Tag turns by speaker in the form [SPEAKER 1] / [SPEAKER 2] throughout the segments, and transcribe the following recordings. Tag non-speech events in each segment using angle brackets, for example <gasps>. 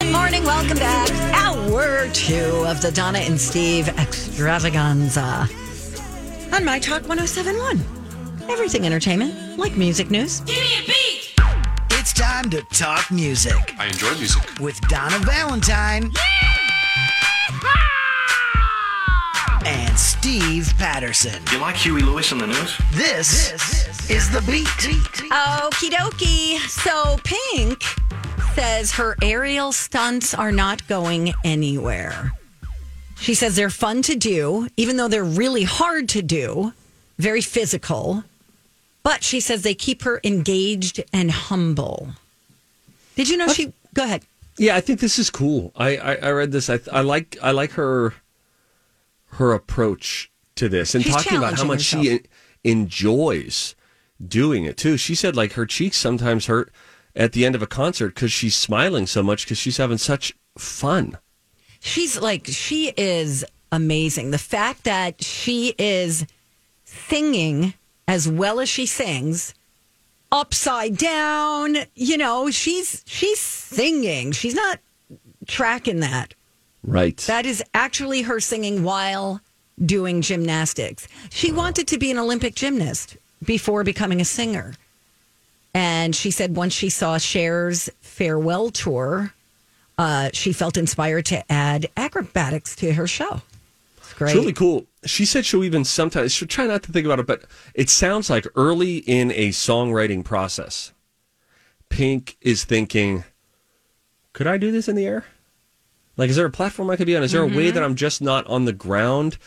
[SPEAKER 1] Good morning. Welcome back. Hour two of the Donna and Steve extravaganza on My Talk 1071. Everything entertainment, like music news.
[SPEAKER 2] It's time to talk music
[SPEAKER 3] I enjoy music.
[SPEAKER 2] with Donna Valentine and Steve Patterson.
[SPEAKER 4] You like Huey Lewis on the news?
[SPEAKER 2] This, is the beat.
[SPEAKER 1] Okie dokie. So Pink says her aerial stunts are not going anywhere. She says they're fun to do, even though they're really hard to do, very physical. But she says they keep her engaged and humble. Did you know she? Go ahead.
[SPEAKER 5] Yeah, I think this is cool. I I, I read this. I I like I like her her approach to this and
[SPEAKER 1] She's
[SPEAKER 5] talking about how
[SPEAKER 1] challenging
[SPEAKER 5] much she
[SPEAKER 1] herself.
[SPEAKER 5] en- enjoys doing it too. She said like her cheeks sometimes hurt at the end of a concert because she's smiling so much because she's having such fun.
[SPEAKER 1] She's like, she is amazing. The fact that she is singing as well as she sings, upside down, you know, she's she's singing. She's not tracking that.
[SPEAKER 5] Right.
[SPEAKER 1] That is actually her singing while doing gymnastics. She wanted to be an Olympic gymnast before becoming a singer. And she said once she saw Cher's farewell tour, uh, she felt inspired to add acrobatics to her show. It's great.
[SPEAKER 5] It's really cool. She said she'll even sometimes she'll try not to think about it, but it sounds like early in a songwriting process, Pink is thinking, "Could I do this in the air? Like, is there a platform I could be on? Is there a way
[SPEAKER 1] Mm-hmm.
[SPEAKER 5] that I'm just not on the ground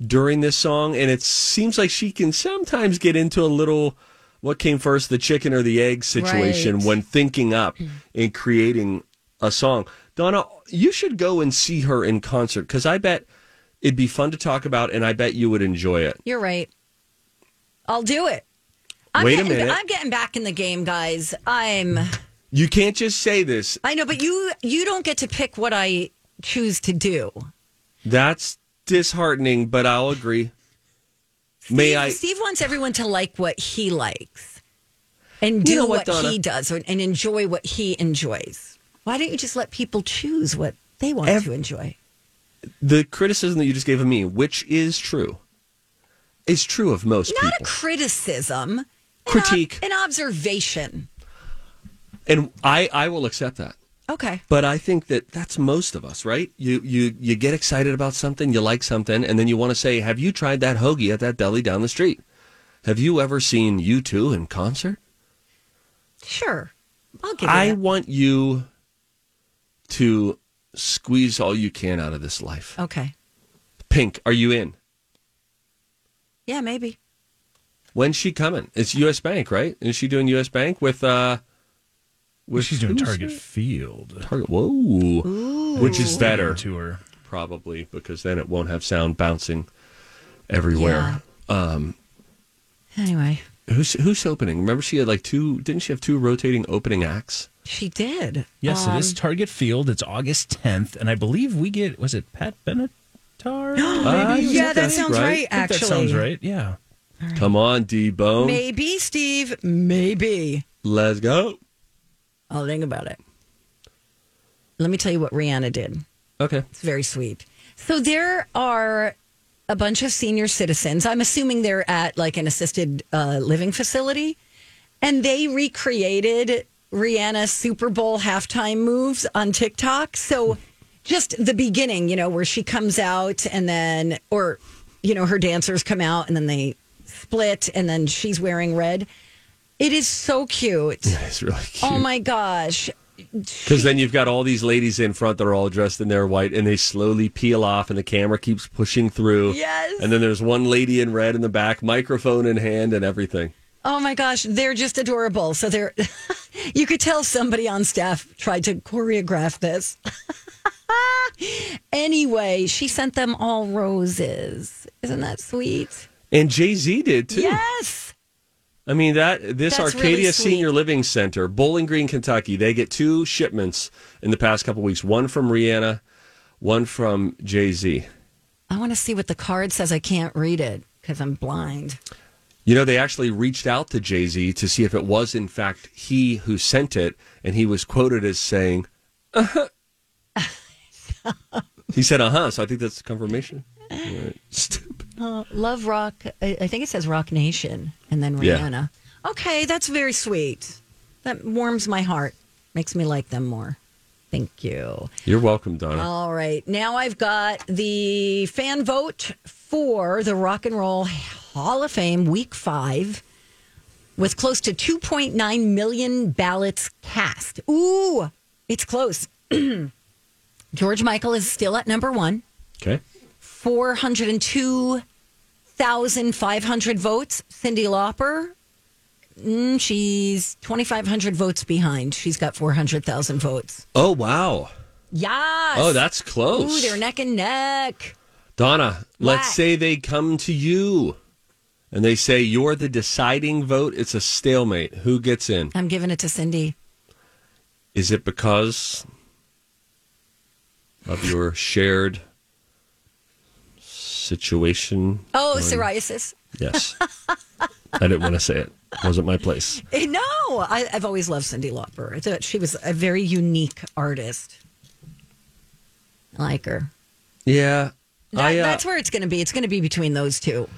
[SPEAKER 5] during this song?" And it seems like she can sometimes get into a little what came first, the chicken or the egg situation
[SPEAKER 1] Right. Mm.
[SPEAKER 5] when thinking up and creating a song. Donna, you should go and see her in concert because I bet it'd be fun to talk about, and I bet you would enjoy it.
[SPEAKER 1] You're right. I'll do it. I'm
[SPEAKER 5] Wait a
[SPEAKER 1] getting,
[SPEAKER 5] minute.
[SPEAKER 1] I'm getting back in the game, guys. I'm.
[SPEAKER 5] You can't just say this.
[SPEAKER 1] I know, but you you don't get to pick what I choose to do.
[SPEAKER 5] That's disheartening, but I'll agree. May
[SPEAKER 1] Steve,
[SPEAKER 5] I?
[SPEAKER 1] Steve wants everyone to like what he likes and do
[SPEAKER 5] know
[SPEAKER 1] what,
[SPEAKER 5] what, Donna?
[SPEAKER 1] he does and and enjoy what he enjoys. Why don't you just let people choose what they want
[SPEAKER 5] Ev-
[SPEAKER 1] to enjoy?
[SPEAKER 5] The criticism that you just gave of me, which is true, is true of most
[SPEAKER 1] Not a
[SPEAKER 5] people.
[SPEAKER 1] criticism, an ob-
[SPEAKER 5] Critique.
[SPEAKER 1] an, observation.
[SPEAKER 5] and I, I will accept that.
[SPEAKER 1] Okay.
[SPEAKER 5] But I think that that's most of us, right? You, you, you get excited about something, you like something, and then you want to say, "Have you tried that hoagie at that deli down the street? Have you ever seen you two in concert?"
[SPEAKER 1] Sure. I'll give you
[SPEAKER 5] I
[SPEAKER 1] that.
[SPEAKER 5] want you to squeeze all you can out of this life.
[SPEAKER 1] Okay.
[SPEAKER 5] Pink, are you in?
[SPEAKER 1] Yeah, maybe.
[SPEAKER 5] When's she coming? It's U.S. Bank, right? Is she doing U.S. Bank with? uh with
[SPEAKER 6] She's doing
[SPEAKER 5] who's-
[SPEAKER 6] Target Field.
[SPEAKER 5] Target. Whoa, which is better
[SPEAKER 6] to her.
[SPEAKER 5] probably because then it won't have sound bouncing everywhere. Um,
[SPEAKER 1] Anyway,
[SPEAKER 5] Who's who's opening? Remember, she had like two. Didn't she have two rotating opening acts?
[SPEAKER 1] she did. Um,
[SPEAKER 6] Yes, it is
[SPEAKER 7] Um,
[SPEAKER 1] <gasps>
[SPEAKER 6] Target Field. It's August 10th, and I believe we get was it Pat Benatar?
[SPEAKER 5] Ah,
[SPEAKER 6] Maybe?
[SPEAKER 1] Yeah, that
[SPEAKER 5] that's
[SPEAKER 1] sounds right.
[SPEAKER 5] right.
[SPEAKER 6] I think
[SPEAKER 1] Actually,
[SPEAKER 6] that sounds right. Yeah,
[SPEAKER 5] Come on, D Bone.
[SPEAKER 1] Maybe Steve. Maybe.
[SPEAKER 5] Let's go.
[SPEAKER 1] I'll think about it. Let me tell you what Rihanna did.
[SPEAKER 5] Okay. <laughs>
[SPEAKER 1] It's very sweet. So there are a bunch of senior citizens. I'm assuming they're at like an assisted uh, living facility, and they recreated Rihanna's Super Bowl halftime moves on TikTok. So just the beginning, you know, where she comes out and then, or you know, her dancers come out and then they split and then she's wearing red. It is so cute.
[SPEAKER 5] It's really cute.
[SPEAKER 1] Oh my gosh.
[SPEAKER 5] Because then you've got all these ladies in front that are all dressed in their white, and they slowly peel off, and the camera keeps pushing through.
[SPEAKER 1] Yes.
[SPEAKER 5] And then there's one lady in red in the back, microphone in hand, and everything.
[SPEAKER 1] Oh my gosh, they're just adorable. So they're <laughs> you could tell somebody on staff tried to choreograph this. <laughs> anyway, she sent them all roses. Isn't that sweet?
[SPEAKER 5] And Jay Z did too.
[SPEAKER 1] Yes.
[SPEAKER 5] I mean that this
[SPEAKER 1] That's really
[SPEAKER 5] Arcadia
[SPEAKER 1] sweet.
[SPEAKER 5] Senior Living Center, Bowling Green, Kentucky, they get two shipments in the past couple weeks. One from Rihanna, one from Jay Z.
[SPEAKER 1] I want to see what the card says. I can't read it because I'm blind.
[SPEAKER 5] You know, they actually reached out to Jay Z to see if it was in fact he who sent it, and he was quoted
[SPEAKER 1] <laughs>
[SPEAKER 5] as saying, "Uh huh." he said, "Uh huh." So I think that's confirmation. Right. Stupid.
[SPEAKER 1] Uh, Love Rock. I, I think it says Rock Nation and then
[SPEAKER 5] Yeah.
[SPEAKER 1] Rihanna. Okay, that's very sweet. That warms my heart, makes me like them more. Thank you.
[SPEAKER 5] You're welcome, Donna.
[SPEAKER 1] All right. Now I've got the fan vote for the Rock and Roll Hall of Fame week five with close to 2.9 million ballots cast. Ooh, it's close. <clears throat> George Michael is still at number one,
[SPEAKER 5] Okay.
[SPEAKER 1] 402,500 votes. Cindy Lauper, mm, she's 2,500 votes behind. She's got 400,000 votes.
[SPEAKER 5] Oh wow.
[SPEAKER 1] Yes.
[SPEAKER 5] Oh, that's close.
[SPEAKER 1] Ooh, they're neck and neck.
[SPEAKER 5] Donna, let's
[SPEAKER 1] What?
[SPEAKER 5] say they come to you and they say you're the deciding vote. It's a stalemate. Who gets in?
[SPEAKER 1] I'm giving it to Cindy.
[SPEAKER 5] Is it because of your shared situation?
[SPEAKER 1] Oh, psoriasis.
[SPEAKER 5] Yes. I didn't want to say it. Wasn't my place.
[SPEAKER 1] Eh, No, I, I've always loved Cindy Lauper. I thought she was a very unique artist. I like her.
[SPEAKER 5] Yeah.
[SPEAKER 1] That,
[SPEAKER 5] I, uh,
[SPEAKER 1] that's where it's going to be. It's going to be between those two.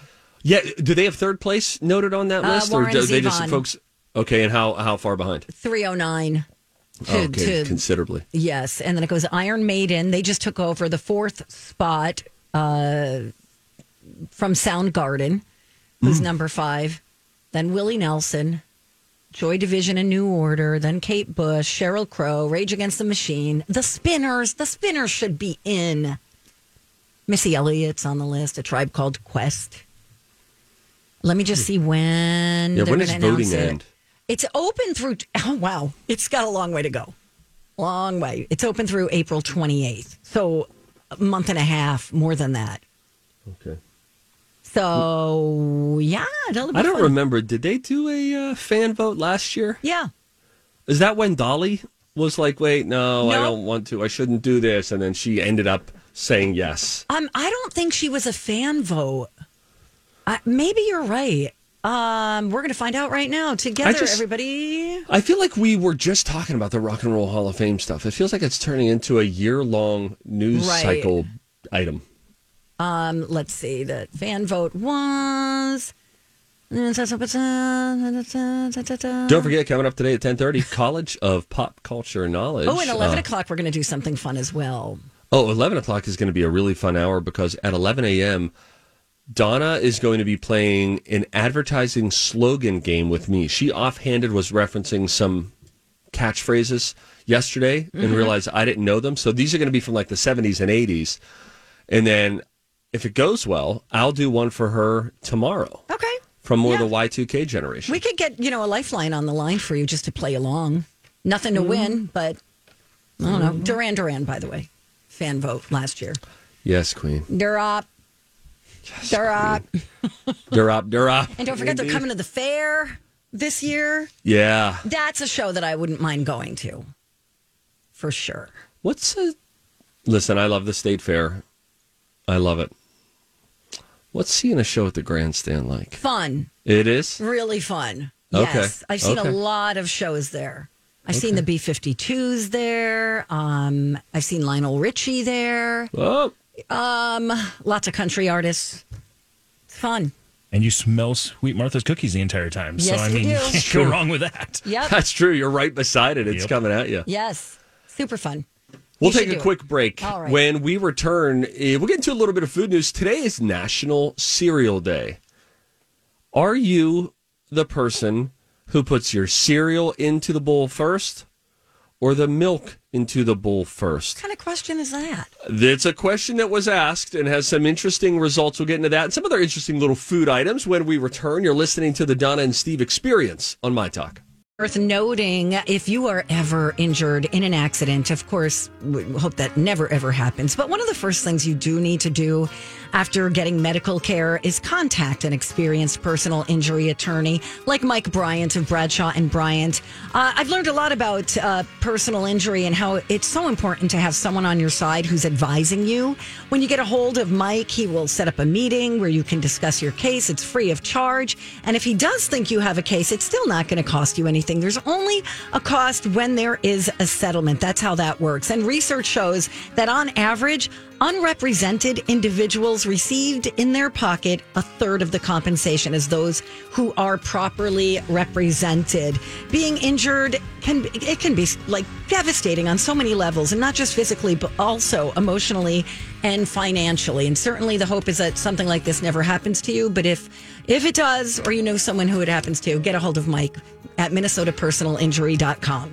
[SPEAKER 5] yeah. Do they have third place noted on that
[SPEAKER 1] Uh,
[SPEAKER 5] list,
[SPEAKER 1] Warren
[SPEAKER 5] do they just
[SPEAKER 1] Zevon.
[SPEAKER 5] folks? Okay, and how how far behind?
[SPEAKER 1] 309. To,
[SPEAKER 5] okay,
[SPEAKER 1] to-
[SPEAKER 5] considerably.
[SPEAKER 1] yes. And then it goes Iron Maiden. They just took over the fourth spot uh, from Soundgarden,
[SPEAKER 5] Mm.
[SPEAKER 1] who's number five. Then Willie Nelson, Joy Division and New Order, then Kate Bush, Cheryl Crow, Rage Against the Machine, The Spinners. The Spinners should be in. Missy Elliott's on the list, a tribe called Quest. Let me just see when.
[SPEAKER 5] Hmm. Yeah,
[SPEAKER 1] they're
[SPEAKER 5] when does
[SPEAKER 1] gonna announce
[SPEAKER 5] voting
[SPEAKER 1] it.
[SPEAKER 5] end?
[SPEAKER 1] It's open through. <laughs> Oh, wow. It's got a long way to go. Long way. It's open through April 28th. So a month and a half, more than that.
[SPEAKER 5] Okay.
[SPEAKER 1] So, yeah. that'll be
[SPEAKER 5] I don't
[SPEAKER 1] fun.
[SPEAKER 5] remember. Did they do a uh, fan vote last year?
[SPEAKER 1] Yeah.
[SPEAKER 5] Is that when Dolly was like, "Wait, no, I
[SPEAKER 1] No.
[SPEAKER 5] don't want to. I shouldn't do this," and then she ended up saying yes.
[SPEAKER 1] Um, I don't think she was a fan vote. I, maybe you're right. Um, we're going to find out right now together,
[SPEAKER 5] just-
[SPEAKER 1] everybody.
[SPEAKER 5] I feel like we were just talking about the Rock and Roll Hall of Fame stuff. It feels like it's turning into a year-long news
[SPEAKER 1] Right.
[SPEAKER 5] cycle item.
[SPEAKER 1] Um, let's see. The fan vote was.
[SPEAKER 5] Don't forget, coming up today at ten thirty, College of Pop Culture Knowledge.
[SPEAKER 1] Oh, and 11
[SPEAKER 5] Uh,
[SPEAKER 1] o'clock, we're going to do something fun as well.
[SPEAKER 5] Oh, 11 o'clock is going to be a really fun hour because at 11 a.m., Donna is going to be playing an advertising slogan game with me. She offhanded was referencing some catchphrases yesterday
[SPEAKER 1] Mm-hmm.
[SPEAKER 5] and realized I didn't know them. So these are going to be from like the 70s and 80s. And then if it goes well, I'll do one for her tomorrow
[SPEAKER 1] Okay.
[SPEAKER 5] from more of the Y2K generation.
[SPEAKER 1] We could get, you know, a lifeline on the line for you just to play along. Nothing to win, but I don't know. Duran Duran, by the way, fan vote last year.
[SPEAKER 5] yes, Queen.
[SPEAKER 1] They're up. They're up.
[SPEAKER 5] Durop, Durop.
[SPEAKER 1] And don't forget, they're coming to the fair this year.
[SPEAKER 5] Yeah.
[SPEAKER 1] That's a show that I wouldn't mind going to for sure.
[SPEAKER 5] What's a listen? I love the state fair. I love it. What's seeing a show at the grandstand like?
[SPEAKER 1] Fun.
[SPEAKER 5] It is.
[SPEAKER 1] Really fun.
[SPEAKER 5] Okay.
[SPEAKER 1] Yes. I've seen
[SPEAKER 5] Okay.
[SPEAKER 1] a lot of shows there. I've seen the B 52s there. Um, I've seen Lionel Richie there.
[SPEAKER 5] Oh,
[SPEAKER 1] Um, lots of country artists. It's fun.
[SPEAKER 6] And you smell Sweet Martha's cookies the entire time.
[SPEAKER 1] Yes,
[SPEAKER 6] so, I
[SPEAKER 1] you
[SPEAKER 6] mean,
[SPEAKER 1] do.
[SPEAKER 6] you <laughs>
[SPEAKER 5] <laughs>
[SPEAKER 6] can't go wrong with that. <laughs>
[SPEAKER 1] Yep.
[SPEAKER 5] that's true. You're right beside it. It's
[SPEAKER 6] Yep.
[SPEAKER 5] coming at you.
[SPEAKER 1] yes. Super fun.
[SPEAKER 5] We'll
[SPEAKER 1] You should
[SPEAKER 5] take a
[SPEAKER 1] do it.
[SPEAKER 5] quick break.
[SPEAKER 1] All right.
[SPEAKER 5] When we return, eh, we'll get into a little bit of food news. Today is National Cereal Day. Are you the person who puts your cereal into the bowl first or the milk into the bowl first?
[SPEAKER 1] What kind of question is that?
[SPEAKER 5] It's a question that was asked and has some interesting results. We'll get into that and some other interesting little food items when we return. You're listening to the Donna and Steve experience on My Talk.
[SPEAKER 1] Worth noting if you are ever injured in an accident, of course, we hope that never ever happens. But one of the first things you do need to do after getting medical care is contact an experienced personal injury attorney like Mike Bryant of Bradshaw and Bryant. Uh, I've learned a lot about uh, personal injury and how it's so important to have someone on your side who's advising you. When you get a hold of Mike, he will set up a meeting where you can discuss your case. It's free of charge. And if he does think you have a case, it's still not going to cost you anything. There's only a cost when there is a settlement. That's how that works. And research shows that on average, unrepresented individuals received in their pocket a third of the compensation as those who are properly represented. Being injured can it can be like devastating on so many levels and not just physically but also emotionally and financially. And certainly the hope is that something like this never happens to you, but if if it does or you know someone who it happens to, get a hold of Mike at minnesotapersonalinjury.com.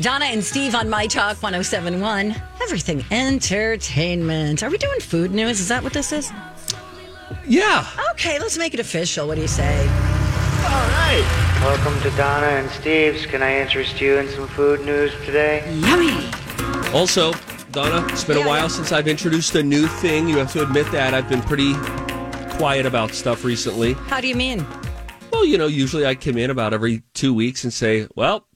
[SPEAKER 1] Donna and Steve on My Talk 1071. Everything entertainment. Are we doing food news? Is that what this is?
[SPEAKER 5] Yeah.
[SPEAKER 1] Okay, let's make it official. What do you say?
[SPEAKER 5] All right.
[SPEAKER 3] Welcome to Donna and Steve's. Can I interest you in some food news today?
[SPEAKER 5] Also, Donna, it's been
[SPEAKER 1] Yeah,
[SPEAKER 5] a while
[SPEAKER 1] yeah.
[SPEAKER 5] since I've introduced a new thing. You have to admit that I've been pretty quiet about stuff recently.
[SPEAKER 1] How do you mean?
[SPEAKER 5] Well, you know, usually I come in about every two weeks and say, well,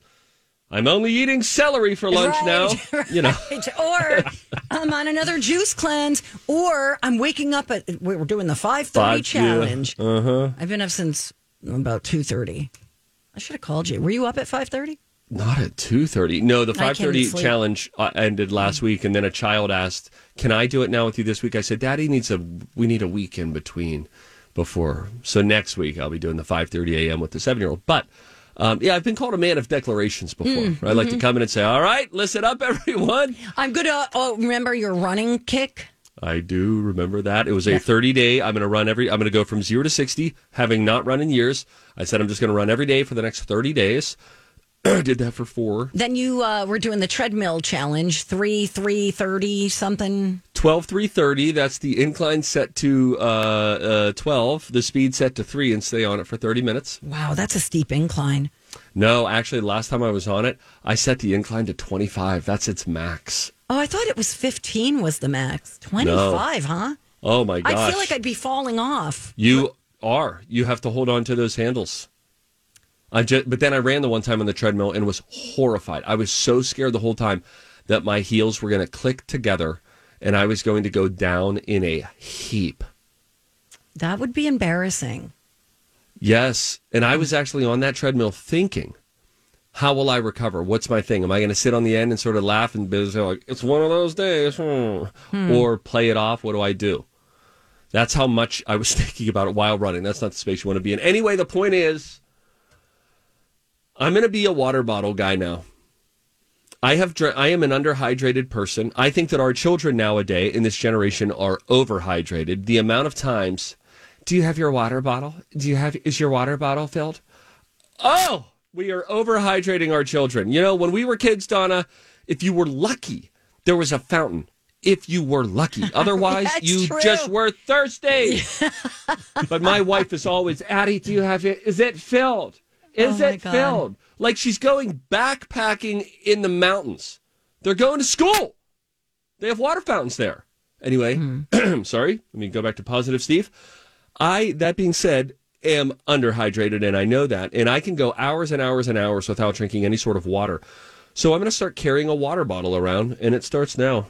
[SPEAKER 5] I'm only eating celery for lunch
[SPEAKER 1] <laughs> Right,
[SPEAKER 5] now. You know,
[SPEAKER 1] right.
[SPEAKER 5] <laughs>
[SPEAKER 1] Or I'm on another juice cleanse, or I'm waking up at we we're doing the 5:30
[SPEAKER 5] Five, yeah.
[SPEAKER 1] challenge. Uh-huh. I've been up since about 2:30. I should have called you. Were you up at 5:30?
[SPEAKER 5] not at 2.30. No, the
[SPEAKER 1] can't even
[SPEAKER 5] 5.30
[SPEAKER 1] sleep.
[SPEAKER 5] challenge uh, ended last week. And then a child asked, can I do it now with you this week? I said, daddy needs a, we need a week in between before. So next week I'll be doing the 5.30 a.m. with the seven-year-old. But um, yeah, I've been called a man of declarations before. I like to come in and say, all right, listen up, <laughs> everyone.
[SPEAKER 1] I'm going to oh, remember your running kick?
[SPEAKER 5] I do remember that. It was a 30 day. I'm going to run every, I'm going to go from zero to 60, having not run in years. I said, I'm just going to run every day for the next 30 days. <clears throat> I did that for four.
[SPEAKER 1] Then you uh, were doing the treadmill challenge, 3 3 30 something.
[SPEAKER 5] 12, 330. That's the incline set to uh, uh, 12, the speed set to three, and stay on it for 30 minutes.
[SPEAKER 1] Wow, that's a steep incline.
[SPEAKER 5] No, actually, last time I was on it, I set the incline to 25. That's its max.
[SPEAKER 1] Oh, I thought it was 15 was the max. 25, huh?
[SPEAKER 5] Oh my gosh.
[SPEAKER 1] I feel like I'd be falling off.
[SPEAKER 5] You are. You have to hold on to those handles. I just, but then I ran the one time on the treadmill and was horrified. I was so scared the whole time that my heels were going to click together and I was going to go down in a heap.
[SPEAKER 1] That would be embarrassing.
[SPEAKER 5] Yes. And I was actually on that treadmill thinking, how will I recover? What's my thing? Am I going to sit on the end and sort of laugh and be like, it's one of those days, hmm," or play it off? What do I do? That's how much I was <laughs> thinking about it while running. That's not the space you want to be in. Anyway, the point is, I'm going to be a water bottle guy now. I have dr- I am an underhydrated person. I think that our children nowadays in this generation are overhydrated. The amount of times, do you have your water bottle? Do you have is your water bottle filled? Oh, we are overhydrating our children. You know, when we were kids, Donna, if you were lucky, there was a fountain. If you were lucky,
[SPEAKER 1] <laughs>
[SPEAKER 5] otherwise
[SPEAKER 1] That's
[SPEAKER 5] you
[SPEAKER 1] true.
[SPEAKER 5] just were
[SPEAKER 1] <laughs>
[SPEAKER 5] thirsty. but my wife is always, Addie, do you have it? Is it filled? Is
[SPEAKER 1] Oh, my
[SPEAKER 5] it
[SPEAKER 1] God.
[SPEAKER 5] filled? Like she's going backpacking in the mountains. They're going to school. They have water fountains there. Anyway,
[SPEAKER 1] Hmm.
[SPEAKER 5] <clears throat> sorry. Let me go back to positive, Steve. I, that being said, am underhydrated and I know that. And I can go hours and hours and hours without drinking any sort of water. So I'm going to start carrying a water bottle around and it starts now.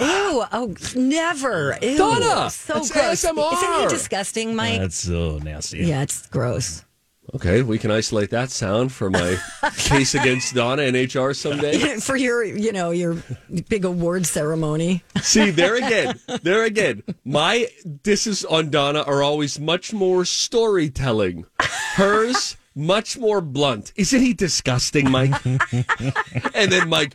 [SPEAKER 1] Ew, oh, never. Ew,
[SPEAKER 5] Donna,
[SPEAKER 1] so
[SPEAKER 5] that's
[SPEAKER 1] gross.
[SPEAKER 5] ASMR.
[SPEAKER 1] Isn't he disgusting, Mike?
[SPEAKER 6] That's so nasty.
[SPEAKER 1] yeah, it's gross. <laughs>
[SPEAKER 5] Okay, we can isolate that sound for my case against Donna and HR someday.
[SPEAKER 1] For your, you know, your big award ceremony.
[SPEAKER 5] See, there again, there again. My disses on Donna are always much more storytelling. Hers, much more blunt. Isn't he disgusting, Mike? and then Mike,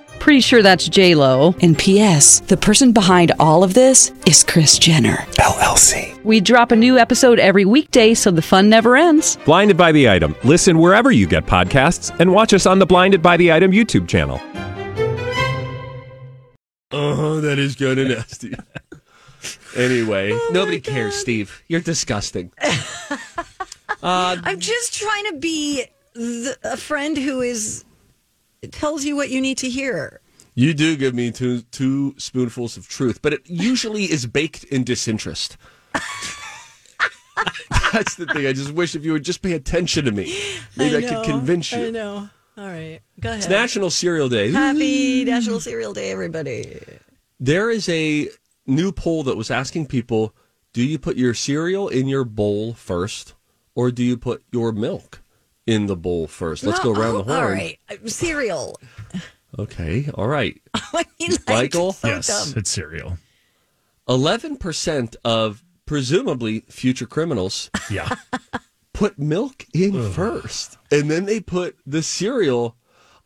[SPEAKER 7] Pretty sure that's J Lo.
[SPEAKER 8] And P.S. The person behind all of this is Chris Jenner.
[SPEAKER 9] LLC.
[SPEAKER 7] We drop a new episode every weekday, so the fun never ends.
[SPEAKER 9] Blinded by the item. Listen wherever you get podcasts, and watch us on the Blinded by the Item YouTube channel.
[SPEAKER 5] oh, that is kind
[SPEAKER 9] <laughs>
[SPEAKER 5] of nasty. Oh anyway, nobody cares, Steve. You're disgusting.
[SPEAKER 1] I'm just trying to be the, a friend who is tells you what you need to hear.
[SPEAKER 5] You do give me two two spoonfuls of truth, but it usually is baked in <laughs> disinterest. That's the thing. I just wish if you would just pay attention to me, maybe I,
[SPEAKER 1] know,
[SPEAKER 5] could convince you.
[SPEAKER 1] I know. All right, go ahead.
[SPEAKER 5] It's National Cereal Day.
[SPEAKER 1] Happy National Cereal Day, everybody.
[SPEAKER 5] There is a new poll that was asking people do you put your cereal in your bowl first or do you put your milk in the bowl first? Let's go around the horn.
[SPEAKER 1] All right, cereal.
[SPEAKER 5] Okay, all right.
[SPEAKER 1] <laughs> I mean, like,
[SPEAKER 5] Michael?
[SPEAKER 1] so
[SPEAKER 6] yes,
[SPEAKER 1] dumb. <laughs>
[SPEAKER 6] it's cereal.
[SPEAKER 5] 11% of presumably future criminals
[SPEAKER 6] Yeah.
[SPEAKER 5] put milk in first and then they put the cereal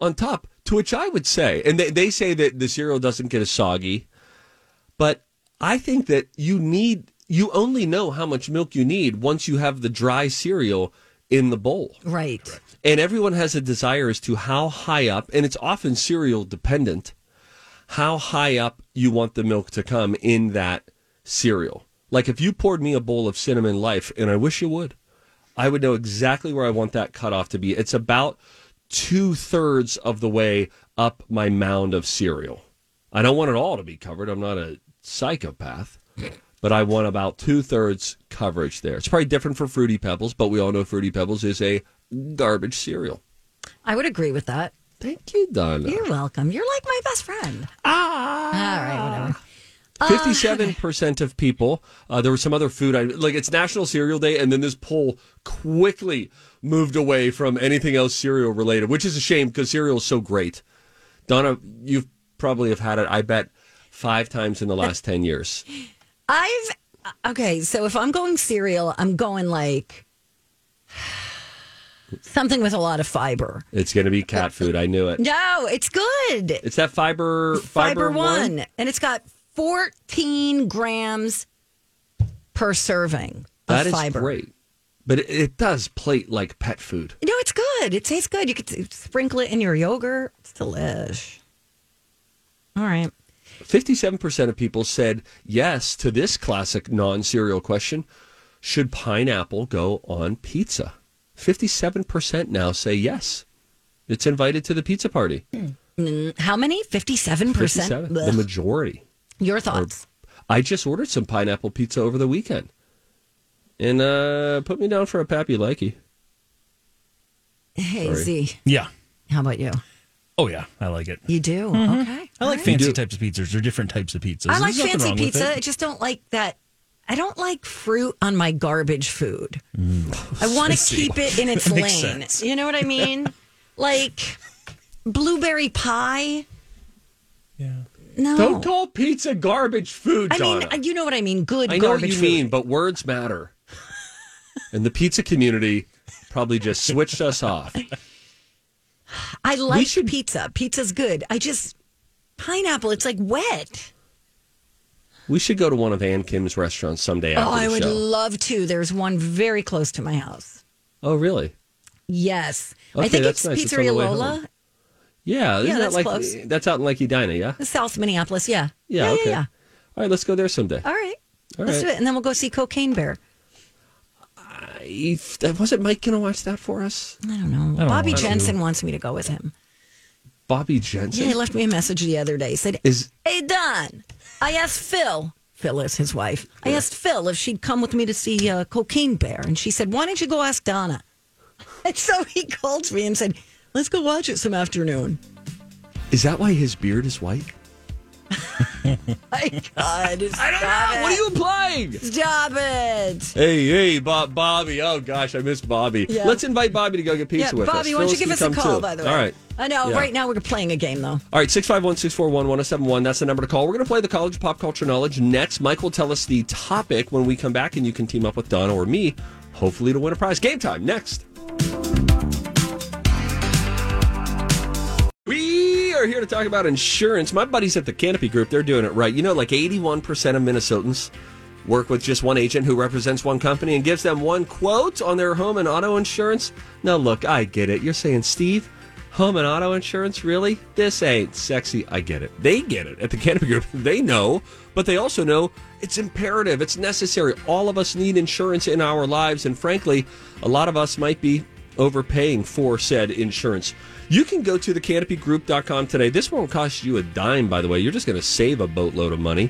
[SPEAKER 5] on top to which i would say and they, they say that the cereal doesn't get as soggy but i think that you need you only know how much milk you need once you have the dry cereal in the bowl
[SPEAKER 1] Right.
[SPEAKER 5] and everyone has a desire as to how high up and it's often cereal dependent how high up you want the milk to come in that cereal like if you poured me a bowl of cinnamon life and i wish you would i would know exactly where i want that cutoff to be it's about two-thirds of the way up my mound of cereal i don't want it all to be covered i'm not a psychopath but I want about two thirds coverage there. It's probably different for Fruity Pebbles, but we all know Fruity Pebbles is a garbage cereal.
[SPEAKER 1] I would agree with that.
[SPEAKER 5] Thank you, Donna.
[SPEAKER 1] You're welcome. You're like my best friend. Ah. All right, whatever.
[SPEAKER 5] <laughs> Fifty-seven percent of people. Uh, there was some other food. I like. It's National Cereal Day, and then this poll quickly moved away from anything else cereal related, which is a shame because cereal is so great. Donna, you probably have had it. I bet five times in the last ten years.
[SPEAKER 1] I've uh, okay, so if I'm going cereal, I'm going like something with a lot of fiber.
[SPEAKER 5] It's going to be cat food. I knew
[SPEAKER 1] <laughs>
[SPEAKER 5] it.
[SPEAKER 1] No, it's good.
[SPEAKER 5] It's that fiber
[SPEAKER 1] fiber, one. and it's got 14 grams per serving of
[SPEAKER 5] That is
[SPEAKER 1] fiber.
[SPEAKER 5] great, but it, it does plate like pet food.
[SPEAKER 1] No, it's good. It tastes good. You could s- sprinkle it in your yogurt. It's delish. All right.
[SPEAKER 5] 57% of people said yes to this classic non cereal question Should pineapple go on pizza? 57% now say yes. It's invited to the pizza
[SPEAKER 1] <laughs>
[SPEAKER 5] party.
[SPEAKER 1] Mm, How many? 57%?
[SPEAKER 5] 57, the
[SPEAKER 1] Ugh.
[SPEAKER 5] majority.
[SPEAKER 1] Your thoughts.
[SPEAKER 5] I just ordered some pineapple pizza over the weekend. And uh, put me down for a Pappy Likey.
[SPEAKER 1] Hey,
[SPEAKER 5] sorry.
[SPEAKER 1] Z,
[SPEAKER 6] Yeah.
[SPEAKER 1] how about you?
[SPEAKER 6] Oh yeah, I like it.
[SPEAKER 1] You do? Okay.
[SPEAKER 6] Mm-hmm. I like
[SPEAKER 1] All right.
[SPEAKER 6] fancy
[SPEAKER 5] do-
[SPEAKER 6] types of pizzas. They're different types of pizzas.
[SPEAKER 1] I like
[SPEAKER 6] There's nothing
[SPEAKER 1] fancy
[SPEAKER 6] wrong with
[SPEAKER 1] pizza. I
[SPEAKER 6] it.
[SPEAKER 1] just don't like that. I don't like fruit on my garbage food.
[SPEAKER 5] Mm.
[SPEAKER 1] I
[SPEAKER 5] <laughs>
[SPEAKER 1] want to keep it in its lane.
[SPEAKER 6] Makes sense.
[SPEAKER 1] You know what I mean? like blueberry pie.
[SPEAKER 6] Yeah.
[SPEAKER 1] No.
[SPEAKER 5] Don't call pizza garbage food,
[SPEAKER 1] Oh. I
[SPEAKER 5] Donna.
[SPEAKER 1] mean, you know what I mean. Good
[SPEAKER 5] I know what
[SPEAKER 1] garbage
[SPEAKER 5] you
[SPEAKER 1] food.
[SPEAKER 5] mean, but words matter. and the pizza community probably just switched us off.
[SPEAKER 1] I like
[SPEAKER 5] should-
[SPEAKER 1] pizza. Pizza's good. I just pineapple. It's like wet.
[SPEAKER 5] We should go to one of Ann Kim's restaurants someday after
[SPEAKER 1] Oh,
[SPEAKER 5] the
[SPEAKER 1] I would
[SPEAKER 5] show.
[SPEAKER 1] love to. There's one very close to my house.
[SPEAKER 5] oh, really?
[SPEAKER 1] Yes, I
[SPEAKER 5] Okay,
[SPEAKER 1] think
[SPEAKER 5] that's
[SPEAKER 1] it's
[SPEAKER 5] nice. It's on
[SPEAKER 1] Pizzeria
[SPEAKER 5] the way
[SPEAKER 1] Lola,
[SPEAKER 5] home. Yeah, isn't that
[SPEAKER 1] that's
[SPEAKER 5] like
[SPEAKER 1] close.
[SPEAKER 5] that's out in Like Edina, yeah?
[SPEAKER 1] South Minneapolis. Yeah.
[SPEAKER 5] Yeah, okay.
[SPEAKER 1] yeah, yeah.
[SPEAKER 5] All right, let's go there someday.
[SPEAKER 1] All right.
[SPEAKER 5] All
[SPEAKER 1] Uh, Let's
[SPEAKER 5] right.
[SPEAKER 1] do it. And then we'll go see Cocaine Bear.
[SPEAKER 5] I wasn't uh, Mike going to watch that for us?
[SPEAKER 1] I don't know.
[SPEAKER 5] I don't
[SPEAKER 1] Bobby
[SPEAKER 5] want to.
[SPEAKER 1] Jensen wants me to go with him.
[SPEAKER 5] Bobby Jensen.
[SPEAKER 1] Yeah, he left me a message the other day. He said,
[SPEAKER 5] Is-
[SPEAKER 1] Hey, Don, I asked Phil. Phil is his wife. I asked Phil if she'd come with me to see uh, Cocaine Bear. And she said, Why don't you go ask Donna? <laughs> And so he called me and said, Let's go watch it some afternoon. <laughs>
[SPEAKER 5] Is that why his beard is white?
[SPEAKER 1] My God. I don't know.
[SPEAKER 5] What are you implying?
[SPEAKER 1] Stop it.
[SPEAKER 5] Hey, hey, Bob, Bobby. Oh, gosh, I miss Bobby.
[SPEAKER 1] Yeah.
[SPEAKER 5] Let's invite Bobby to go get pizza
[SPEAKER 1] yeah,
[SPEAKER 5] with us.
[SPEAKER 1] Bobby, why don't you
[SPEAKER 5] Phyllis
[SPEAKER 1] give us
[SPEAKER 5] can
[SPEAKER 1] a
[SPEAKER 5] come,
[SPEAKER 1] call,
[SPEAKER 5] too.
[SPEAKER 1] by the way?
[SPEAKER 5] All right.
[SPEAKER 1] I know.
[SPEAKER 5] Yeah.
[SPEAKER 1] Right now, we're playing a game, though.
[SPEAKER 5] All right, 651 641 1071. That's the number to call. We're going to play the College Pop Culture Knowledge next. Mike will tell us the topic when we come back, and you can team up with Donna or me, hopefully, to win a prize. Game time next. We are here to talk about insurance. My buddies at the Canopy Group, they're doing it right. You know, like 81% of Minnesotans work with just one agent who represents one company and gives them one quote on their home and auto insurance. Now, look, I get it. You're saying, Steve, home and auto insurance? Really? This ain't sexy. I get it. They get it at the Canopy Group. <laughs> They know, but they also know it's imperative, it's necessary. All of us need insurance in our lives, and frankly, a lot of us might be overpaying for said insurance. You can go to thecanopygroup.com today. This won't cost you a dime, by the way. You're just going to save a boatload of money.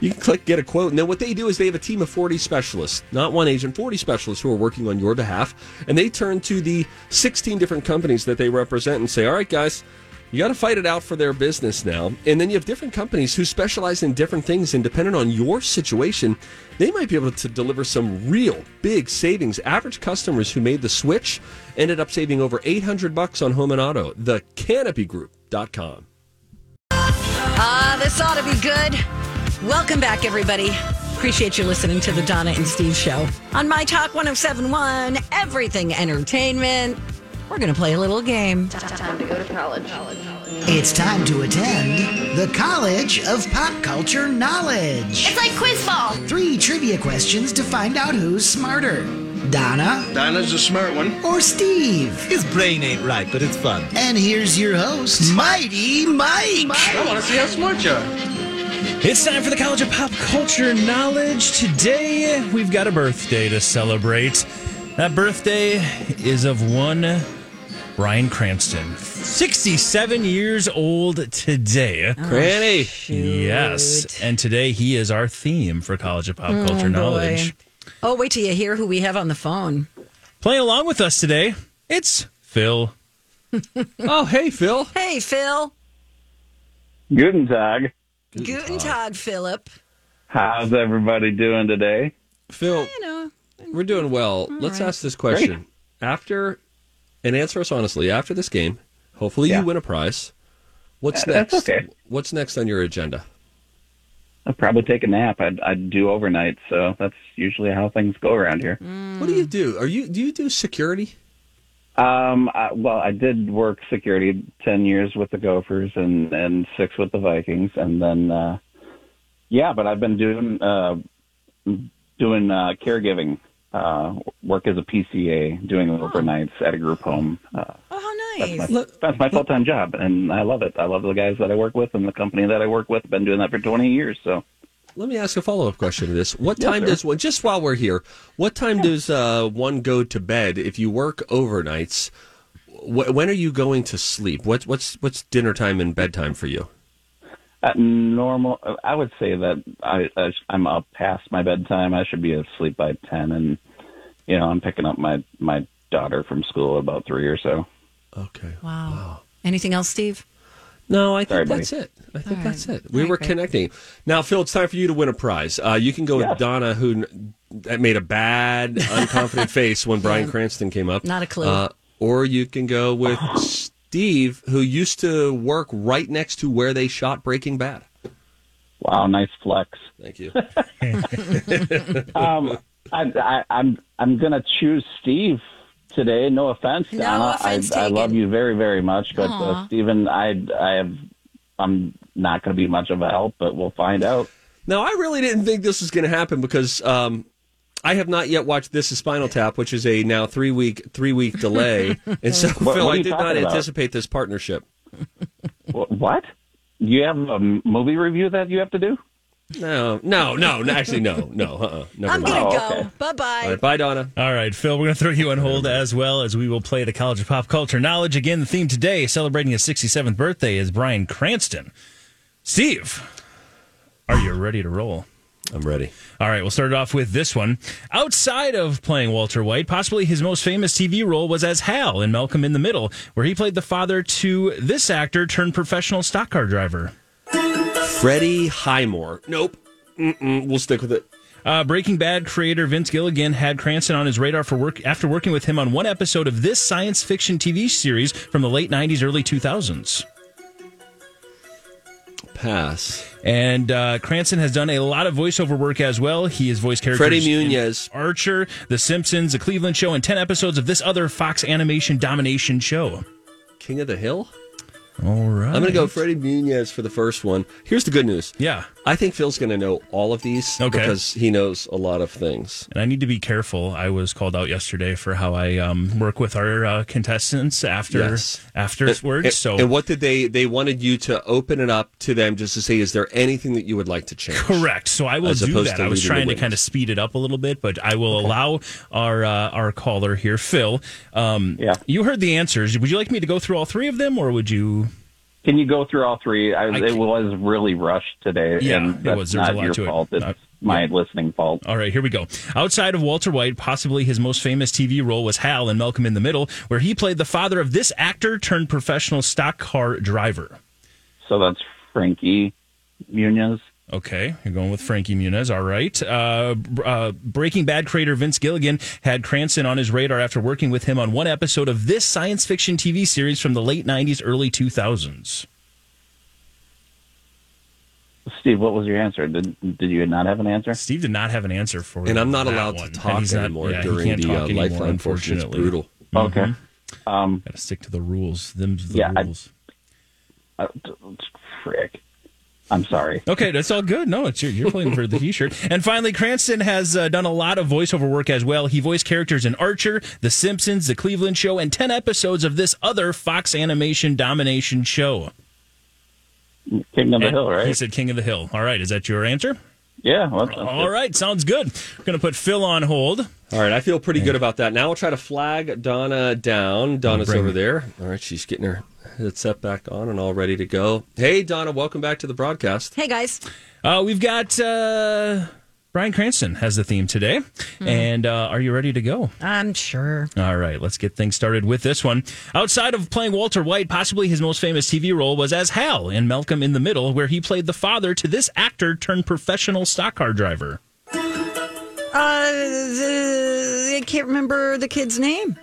[SPEAKER 5] You can click get a quote, and then what they do is they have a team of 40 specialists, not one agent, 40 specialists who are working on your behalf. And they turn to the 16 different companies that they represent and say, All right, guys, you got to fight it out for their business now. And then you have different companies who specialize in different things, and depending on your situation, they might be able to deliver some real big savings. Average customers who made the switch ended up saving over 800 bucks on home and auto. Thecanopygroup.com.
[SPEAKER 1] Ah, this ought to be good. Welcome back, everybody. Appreciate you listening to the Donna and Steve show on My Talk 1071, Everything Entertainment. We're going to play a little game. Time to go to college.
[SPEAKER 2] It's time to attend the College of Pop Culture Knowledge. It's like quiz ball. Three trivia questions to find out who's smarter. Donna
[SPEAKER 10] Dinah's a smart one.
[SPEAKER 2] or Steve?
[SPEAKER 10] His brain ain't right, but it's fun.
[SPEAKER 2] And here's your host, Mighty Mike.
[SPEAKER 10] I want to see how smart you are.
[SPEAKER 6] It's time for the College of Pop Culture Knowledge. Today, we've got a birthday to celebrate. That birthday is of one Brian Cranston, 67 years old today.
[SPEAKER 1] Oh,
[SPEAKER 5] Cranny.
[SPEAKER 6] Yes. And today, he is our theme for College of Pop Culture Knowledge.
[SPEAKER 1] Oh, wait till you hear who we have on the phone.
[SPEAKER 6] Playing along with us today, it's Phil.
[SPEAKER 5] oh, hey, Phil.
[SPEAKER 1] Hey, Phil.
[SPEAKER 11] Guten Tag.
[SPEAKER 1] Guten Tag, Philip.
[SPEAKER 11] How's everybody doing today?
[SPEAKER 5] Phil,
[SPEAKER 1] know.
[SPEAKER 5] we're doing well. Let's
[SPEAKER 1] right.
[SPEAKER 5] ask this question. After, and answer us honestly, after this game, hopefully you win a prize. What's
[SPEAKER 11] Yeah,
[SPEAKER 5] next?
[SPEAKER 11] that's okay.
[SPEAKER 5] What's next on your agenda?
[SPEAKER 11] I'd probably take a nap. I'd, I'd do overnight, so that's usually how things go around here.
[SPEAKER 5] What do you do? Are you do you do security?
[SPEAKER 11] Um, I, well, I did work security ten years with the Gophers and and six with the Vikings, and then uh, yeah, but I've been doing uh, doing uh, caregiving. Uh, work as a PCA, doing overnights at a group home. Uh,
[SPEAKER 1] oh,
[SPEAKER 11] how nice! That's my, that's my full-time job, and I love it. I love the guys that I work with and the company that I work with. Been doing that for twenty years, so
[SPEAKER 5] Let me ask a follow up question to this. What
[SPEAKER 11] Yes,
[SPEAKER 5] time
[SPEAKER 11] sir.
[SPEAKER 5] does one? Just while we're here, what time does uh, one go to bed if you work overnights? Wh- when are you going to sleep? What's what's what's dinner time and bedtime for you?
[SPEAKER 11] At normal, I would say that I, I I'm up past my bedtime. I should be asleep by ten, and you know I'm picking up my my daughter from school at about three or so.
[SPEAKER 5] Okay.
[SPEAKER 1] Wow. Anything else, Steve?
[SPEAKER 5] No, I
[SPEAKER 11] Sorry,
[SPEAKER 5] think
[SPEAKER 11] buddy.
[SPEAKER 5] that's it. I think
[SPEAKER 1] right.
[SPEAKER 5] that's it. We were connecting. Now, Phil, it's time for you to win a prize. Uh, you can go with Donna, who n- that made
[SPEAKER 11] <laughs>
[SPEAKER 5] a bad, unconfident face when Brian Cranston came up.
[SPEAKER 1] Not a clue.
[SPEAKER 5] Uh, or you can go
[SPEAKER 11] <laughs>
[SPEAKER 5] with Steve, who used to work right next to where they shot Breaking Bad.
[SPEAKER 11] Wow, nice flex.
[SPEAKER 5] Thank you.
[SPEAKER 11] <laughs> um, I, I, I'm I'm gonna choose Steve today. No offense,
[SPEAKER 12] No
[SPEAKER 11] Donna.
[SPEAKER 12] offense
[SPEAKER 11] I, I
[SPEAKER 12] taken.
[SPEAKER 11] love you very very much, but
[SPEAKER 12] Aw.
[SPEAKER 11] uh, Stephen, I I have I'm not gonna be much of a help, but we'll find out.
[SPEAKER 5] Now, I really didn't think this was going to happen because um, I have not yet watched This Is Spinal Tap, which is a now three week three
[SPEAKER 11] <laughs>
[SPEAKER 5] week delay, and so
[SPEAKER 11] What-
[SPEAKER 5] Phil,
[SPEAKER 11] what are
[SPEAKER 5] I
[SPEAKER 11] you
[SPEAKER 5] did not
[SPEAKER 11] talking about?
[SPEAKER 5] anticipate this partnership.
[SPEAKER 11] Wh- What? You have a m- movie review that you have to do?
[SPEAKER 5] No, no, no, no, actually, no, no, uh-uh, never
[SPEAKER 1] I'm
[SPEAKER 5] mind.
[SPEAKER 1] gonna go. Bye bye.
[SPEAKER 5] All right, bye, Donna.
[SPEAKER 6] All right, Phil, we're going to throw you on hold as well as we will play the College of Pop Culture Knowledge. Again, the theme today, celebrating his 67th birthday, is Brian Cranston. Steve, are you ready to roll?
[SPEAKER 5] I'm ready.
[SPEAKER 6] All right, we'll start it off with this one. Outside of playing Walter White, possibly his most famous TV role was as Hal in Malcolm in the Middle, where he played the father to this actor turned professional stock car driver.
[SPEAKER 5] Freddie Highmore. Nope. Mm-mm, we'll stick with it.
[SPEAKER 6] Uh, Breaking Bad creator Vince Gilligan had Cranston on his radar for work after working with him on one episode of this science fiction TV series from the late 90s, early 2000s.
[SPEAKER 5] Pass.
[SPEAKER 6] And uh, Cranston has done a lot of voiceover work as well. He has voiced characters
[SPEAKER 5] Freddie
[SPEAKER 6] in
[SPEAKER 5] Munez.
[SPEAKER 6] Archer, The Simpsons, The Cleveland Show, and 10 episodes of this other Fox animation domination show.
[SPEAKER 5] King of the Hill?
[SPEAKER 6] All right.
[SPEAKER 5] I'm going to go Freddie Munez for the first one. Here's the good news.
[SPEAKER 6] Yeah.
[SPEAKER 5] I think Phil's going to know all of these
[SPEAKER 6] Okay.
[SPEAKER 5] because he knows a lot of things.
[SPEAKER 6] And I need to be careful. I was called out yesterday for how I um, work with our uh, contestants after
[SPEAKER 5] Yes.
[SPEAKER 6] afterwards.
[SPEAKER 5] And,
[SPEAKER 6] so
[SPEAKER 5] and what did they? They wanted you to open it up to them just to say, is there anything that you would like to change?
[SPEAKER 6] Correct. So I will
[SPEAKER 5] As
[SPEAKER 6] do
[SPEAKER 5] opposed
[SPEAKER 6] that.
[SPEAKER 5] to
[SPEAKER 6] I was
[SPEAKER 5] leading
[SPEAKER 6] trying
[SPEAKER 5] the
[SPEAKER 6] to kind of speed it up a little bit, but I will allow our uh, our caller here, Phil. Um, yeah. You heard the answers. Would you like me to go through all three of them, or would you?
[SPEAKER 11] Can you go through all three? I,
[SPEAKER 6] I
[SPEAKER 11] it was really rushed today.
[SPEAKER 6] Yeah,
[SPEAKER 11] and
[SPEAKER 6] it
[SPEAKER 11] that's
[SPEAKER 6] was. There was
[SPEAKER 11] not
[SPEAKER 6] a lot
[SPEAKER 11] your
[SPEAKER 6] to it.
[SPEAKER 11] fault. It's
[SPEAKER 6] Uh,
[SPEAKER 11] my listening fault.
[SPEAKER 6] All right, here we go. Outside of Walter White, possibly his most famous TV role was Hal in Malcolm in the Middle, where he played the father of this actor turned professional stock car driver.
[SPEAKER 11] So that's Frankie Munoz.
[SPEAKER 6] Okay, you're going with Frankie Muniz. All right. Uh, b- uh, Breaking Bad creator Vince Gilligan had Cranston on his radar after working with him on one episode of this science fiction TV series from the late 90s, early 2000s.
[SPEAKER 11] Steve, what was your answer? Did did you not have an answer?
[SPEAKER 6] Steve did not have an answer for
[SPEAKER 5] And I'm not
[SPEAKER 6] that
[SPEAKER 5] allowed
[SPEAKER 6] one.
[SPEAKER 5] to talk
[SPEAKER 6] And he's not-
[SPEAKER 5] anymore
[SPEAKER 6] yeah, he
[SPEAKER 5] during
[SPEAKER 6] can't
[SPEAKER 5] the
[SPEAKER 6] talk
[SPEAKER 5] uh,
[SPEAKER 6] anymore,
[SPEAKER 5] lifeline portion. It's
[SPEAKER 6] unfortunately.
[SPEAKER 5] brutal.
[SPEAKER 11] Okay. Um,
[SPEAKER 6] Gotta stick to the rules. Them's the
[SPEAKER 11] Yeah, I-
[SPEAKER 6] rules.
[SPEAKER 11] uh, frick. I'm sorry.
[SPEAKER 6] Okay, that's all good. No, it's your, you're playing for the T-shirt. And finally, Cranston has uh, done a lot of voiceover work as well. He voiced characters in Archer, The Simpsons, The Cleveland Show, and ten episodes of this other Fox Animation Domination show.
[SPEAKER 11] King of the
[SPEAKER 6] And
[SPEAKER 11] Hill, right?
[SPEAKER 6] He said King of the Hill. All right, is that your answer?
[SPEAKER 11] yeah. Well,
[SPEAKER 6] All right, sounds good. We're gonna put Phil on hold.
[SPEAKER 5] All right, I feel pretty good about that. Now we'll try to flag Donna down. Donna's over there. All right, she's getting her headset back on and all ready to go. Hey, Donna, welcome back to the broadcast.
[SPEAKER 1] Hey guys.
[SPEAKER 6] Uh, we've got uh, Brian Cranston has the theme today, and uh, are you ready to go?
[SPEAKER 1] I'm sure.
[SPEAKER 6] All right, let's get things started with this one. Outside of playing Walter White, possibly his most famous TV role was as Hal in Malcolm in the Middle, where he played the father to this actor turned professional stock car driver.
[SPEAKER 1] Uh, th- I can't remember the kid's name.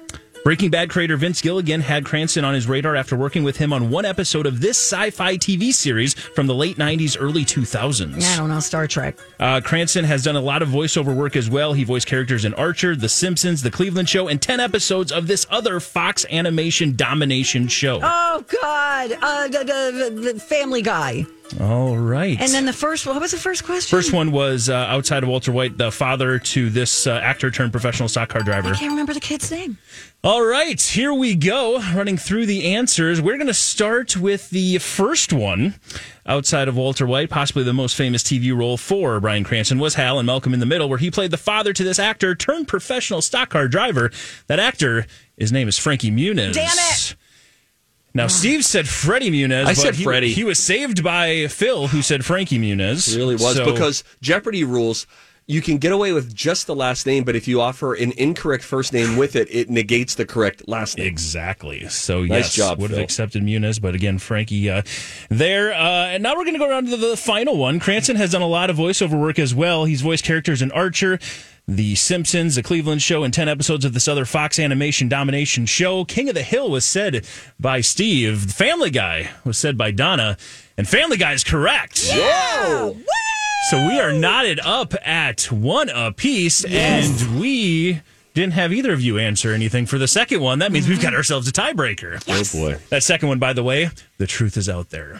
[SPEAKER 6] Breaking Bad creator Vince Gilligan had Cranston on his radar after working with him on one episode of this sci fi TV series from the late 90s, early 2000s.
[SPEAKER 1] I don't know. Star Trek.
[SPEAKER 6] Uh, Cranston has done a lot of voiceover work as well. He voiced characters in Archer, The Simpsons, The Cleveland Show, and 10 episodes of this other Fox animation domination show.
[SPEAKER 1] Oh God. Uh, the, the, the Family Guy.
[SPEAKER 6] All right.
[SPEAKER 1] And then the first. What was the first question?
[SPEAKER 6] First one was uh, outside of Walter White, the father to this uh, actor turned professional stock car
[SPEAKER 1] I
[SPEAKER 6] driver.
[SPEAKER 1] can't remember the kid's name.
[SPEAKER 6] All right, here we go. Running through the answers, we're going to start with the first one. Outside of Walter White, possibly the most famous TV role for Brian Cranston was Hal in Malcolm in the Middle, where he played the father to this actor turned professional stock car driver. That actor, his name is Frankie Muniz.
[SPEAKER 1] Damn it.
[SPEAKER 6] Now, Steve said Freddie
[SPEAKER 5] I
[SPEAKER 6] Muniz. but
[SPEAKER 5] said
[SPEAKER 6] he-
[SPEAKER 5] Freddie.
[SPEAKER 6] He was saved by Phil, who said Frankie Muniz.
[SPEAKER 5] It really was
[SPEAKER 6] So-
[SPEAKER 5] because Jeopardy rules. You can get away with just the last name, but if you offer an incorrect first name with it, it negates the correct last name.
[SPEAKER 6] Exactly. So
[SPEAKER 5] Nice
[SPEAKER 6] yes,
[SPEAKER 5] job,
[SPEAKER 6] would have
[SPEAKER 5] Phil.
[SPEAKER 6] accepted Muniz, but again, Frankie uh, there. Uh, and now we're going to go around to the final one. Cranston has done a lot of voiceover work as well. He's voiced characters in Archer, The Simpsons, The Cleveland Show, and ten episodes of this other Fox animation domination show. King of the Hill was said by Steve. Family Guy was said by Donna, and Family Guy is correct.
[SPEAKER 5] Whoa!
[SPEAKER 6] So we are knotted up at one apiece, and we didn't have either of you answer anything for the second one. That means we've got ourselves a tiebreaker.
[SPEAKER 5] Oh boy.
[SPEAKER 6] That second one, by the way, the truth is out there.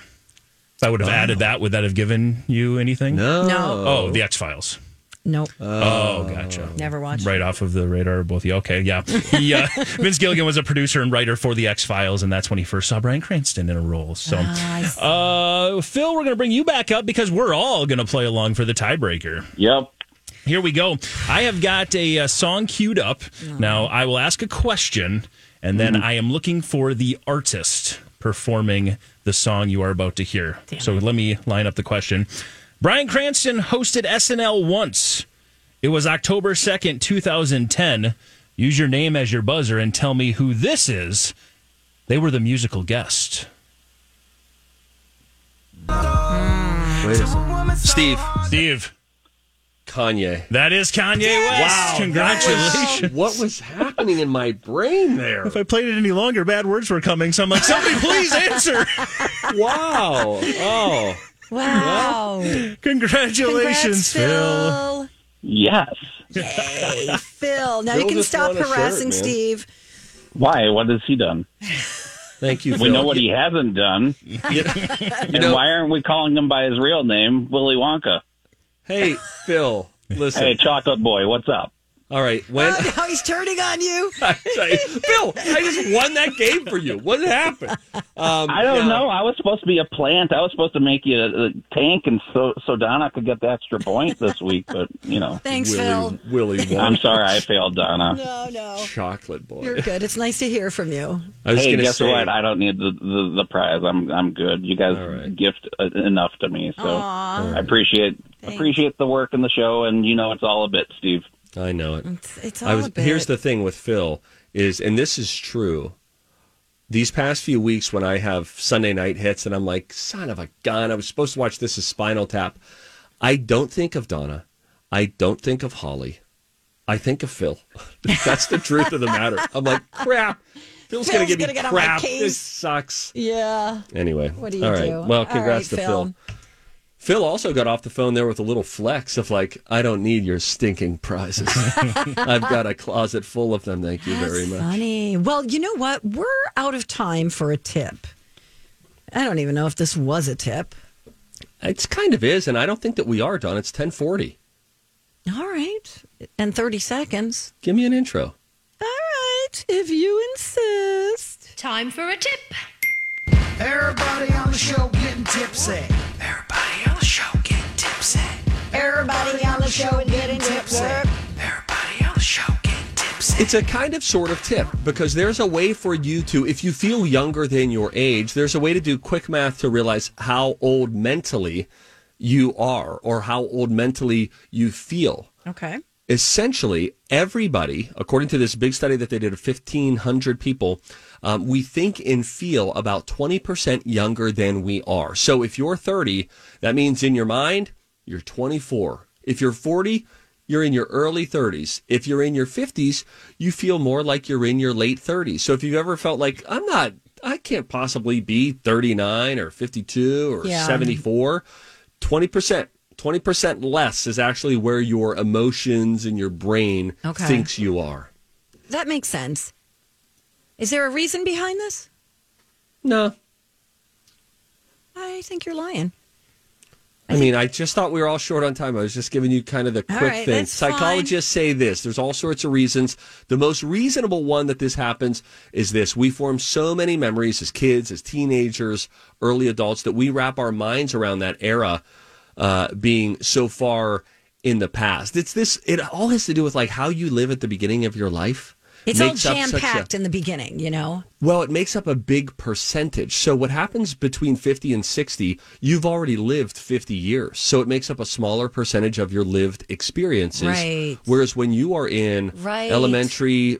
[SPEAKER 6] If I would have added that, would that have given you anything?
[SPEAKER 5] No.
[SPEAKER 1] No.
[SPEAKER 6] Oh, the X Files.
[SPEAKER 1] Nope.
[SPEAKER 5] Uh,
[SPEAKER 6] Oh, gotcha.
[SPEAKER 1] Never watched.
[SPEAKER 6] Right off of the radar, of both of you. Okay, yeah. He, uh, Vince Gilligan was a producer and writer for The X Files, and that's when he first saw Brian Cranston in a role. So, uh, Phil, we're going to bring you back up because we're all going to play along for the tiebreaker.
[SPEAKER 11] Yep.
[SPEAKER 6] Here we go. I have got a, uh song queued up. Now, I will ask a question, and then I am looking for the artist performing the song you are about to hear. so, let me line up the question. Brian Cranston hosted SNL once. It was October 2nd, 2010. Use your name as your buzzer and tell me who this is. They were the musical guest.
[SPEAKER 5] Wait a second. Steve.
[SPEAKER 6] Steve.
[SPEAKER 5] Kanye.
[SPEAKER 6] That is Kanye West.
[SPEAKER 5] Wow.
[SPEAKER 6] Congratulations.
[SPEAKER 5] What was happening in my brain there?
[SPEAKER 6] If I played it any longer, bad words were coming. So I'm like, somebody please answer.
[SPEAKER 5] <laughs> Wow. Oh.
[SPEAKER 1] Wow.
[SPEAKER 6] <laughs> Congratulations,
[SPEAKER 1] Congrats,
[SPEAKER 6] Phil.
[SPEAKER 1] Phil.
[SPEAKER 11] Yes.
[SPEAKER 1] Yay, Phil. Now
[SPEAKER 5] Phil
[SPEAKER 1] you can
[SPEAKER 5] just
[SPEAKER 1] stop
[SPEAKER 5] won a shirt,
[SPEAKER 1] harassing
[SPEAKER 5] man. <laughs>
[SPEAKER 1] Steve.
[SPEAKER 11] Why? What has he done?
[SPEAKER 5] Thank you, Phil.
[SPEAKER 11] We know what he hasn't done. and
[SPEAKER 5] know-
[SPEAKER 11] why aren't we calling him by his real name, Willy Wonka?
[SPEAKER 5] Hey, Phil. Listen.
[SPEAKER 11] Hey, chocolate boy, what's up?
[SPEAKER 5] All right. <laughs> When
[SPEAKER 1] Oh, now he's turning on
[SPEAKER 5] <laughs>
[SPEAKER 1] you.
[SPEAKER 5] Sorry. Phil, I just won that game for you. What happened? Um,
[SPEAKER 11] I don't
[SPEAKER 5] yeah.
[SPEAKER 11] know. I was supposed to be a plant. I was supposed to make you a, a tank, and so so Donna could get the extra point this week. But you know,
[SPEAKER 1] Thanks, Phil.
[SPEAKER 5] Willy, Willy
[SPEAKER 11] I'm
[SPEAKER 5] Wonka,
[SPEAKER 11] sorry I failed, Donna.
[SPEAKER 1] No, no.
[SPEAKER 5] chocolate
[SPEAKER 1] You're
[SPEAKER 5] boy.
[SPEAKER 1] good. It's nice to hear from you.
[SPEAKER 5] I was
[SPEAKER 11] hey,
[SPEAKER 5] gonna
[SPEAKER 11] guess
[SPEAKER 5] say,
[SPEAKER 11] what? I don't need the, the the prize. I'm I'm good. You guys gift uh, enough to me, so
[SPEAKER 1] Aw.
[SPEAKER 11] I appreciate appreciate the work and the show. And you know, it's all a bit, Steve.
[SPEAKER 5] I know it.
[SPEAKER 1] It's, it's all
[SPEAKER 5] I was.
[SPEAKER 1] a bit.
[SPEAKER 5] Here's the thing with Phil is, and this is true. These past few weeks, when I have Sunday night hits, and I'm like, son of a gun, I was supposed to watch this as Spinal Tap. I don't think of Donna. I don't think of Holly. I think of Phil. <laughs> That's the truth of the matter. I'm like, crap. Phil's, gonna
[SPEAKER 1] Phil's
[SPEAKER 5] give me
[SPEAKER 1] gonna get on my
[SPEAKER 5] crap.
[SPEAKER 1] case."
[SPEAKER 5] This sucks.
[SPEAKER 1] Yeah.
[SPEAKER 5] Anyway,
[SPEAKER 1] What do you
[SPEAKER 5] all right.
[SPEAKER 1] do? All
[SPEAKER 5] Well, congrats
[SPEAKER 1] right,
[SPEAKER 5] to Phil. Phil also got off the phone there with a little flex of like, I don't need your
[SPEAKER 1] <laughs>
[SPEAKER 5] stinking prizes. I've got a closet full of them. Thank you very
[SPEAKER 1] That's
[SPEAKER 5] much.
[SPEAKER 1] Funny. Well, you know what? We're out of time for a tip. I don't even know if this was a tip.
[SPEAKER 5] It's kind of is, and I don't think that we are done. It's ten forty.
[SPEAKER 1] All right. And 30 seconds.
[SPEAKER 5] Give me an intro.
[SPEAKER 1] All right. If you insist.
[SPEAKER 12] Time for a tip.
[SPEAKER 2] Everybody on the show getting tipsy. Everybody on the show getting tipsy. Everybody on the show getting tipsy. Everybody on the show getting tipsy.
[SPEAKER 5] It's a kind of sort of tip because there's a way for you to, if you feel younger than your age, there's a way to do quick math to realize how old mentally you are or how old mentally you feel.
[SPEAKER 1] Okay.
[SPEAKER 5] essentially everybody according to this big study that they did of 1500 people um, we think and feel about 20% younger than we are so if you're 30 that means in your mind you're 24 if you're 40 you're in your early 30s if you're in your 50s you feel more like you're in your late 30s so if you've ever felt like i'm not i can't possibly be 39 or 52 or
[SPEAKER 1] Yeah.
[SPEAKER 5] 74 20% 20% less is actually where your emotions and your brain
[SPEAKER 1] Okay.
[SPEAKER 5] thinks you are
[SPEAKER 1] That makes sense. Is there a reason behind this?
[SPEAKER 5] no
[SPEAKER 1] I think you're lying.
[SPEAKER 5] I mean, I just thought we were all short on time. I was just giving you kind of the
[SPEAKER 1] All
[SPEAKER 5] quick
[SPEAKER 1] right,
[SPEAKER 5] thing.
[SPEAKER 1] that's fine.
[SPEAKER 5] Psychologists say this. There's all sorts of reasons. The most reasonable one that this happens is this. We form so many memories as kids, as teenagers, early adults that we wrap our minds around that era uh, being so far in the past. It's this, it all has to do with like how you live at the beginning of your life.
[SPEAKER 1] It's all
[SPEAKER 5] Makes up
[SPEAKER 1] jam
[SPEAKER 5] such a-
[SPEAKER 1] packed in the beginning, you know?
[SPEAKER 5] well, it makes up a big percentage. So what happens between 50 and 60, you've already lived 50 years. So it makes up a smaller percentage of your lived experiences.
[SPEAKER 1] Right.
[SPEAKER 5] Whereas when you are in
[SPEAKER 1] Right.
[SPEAKER 5] elementary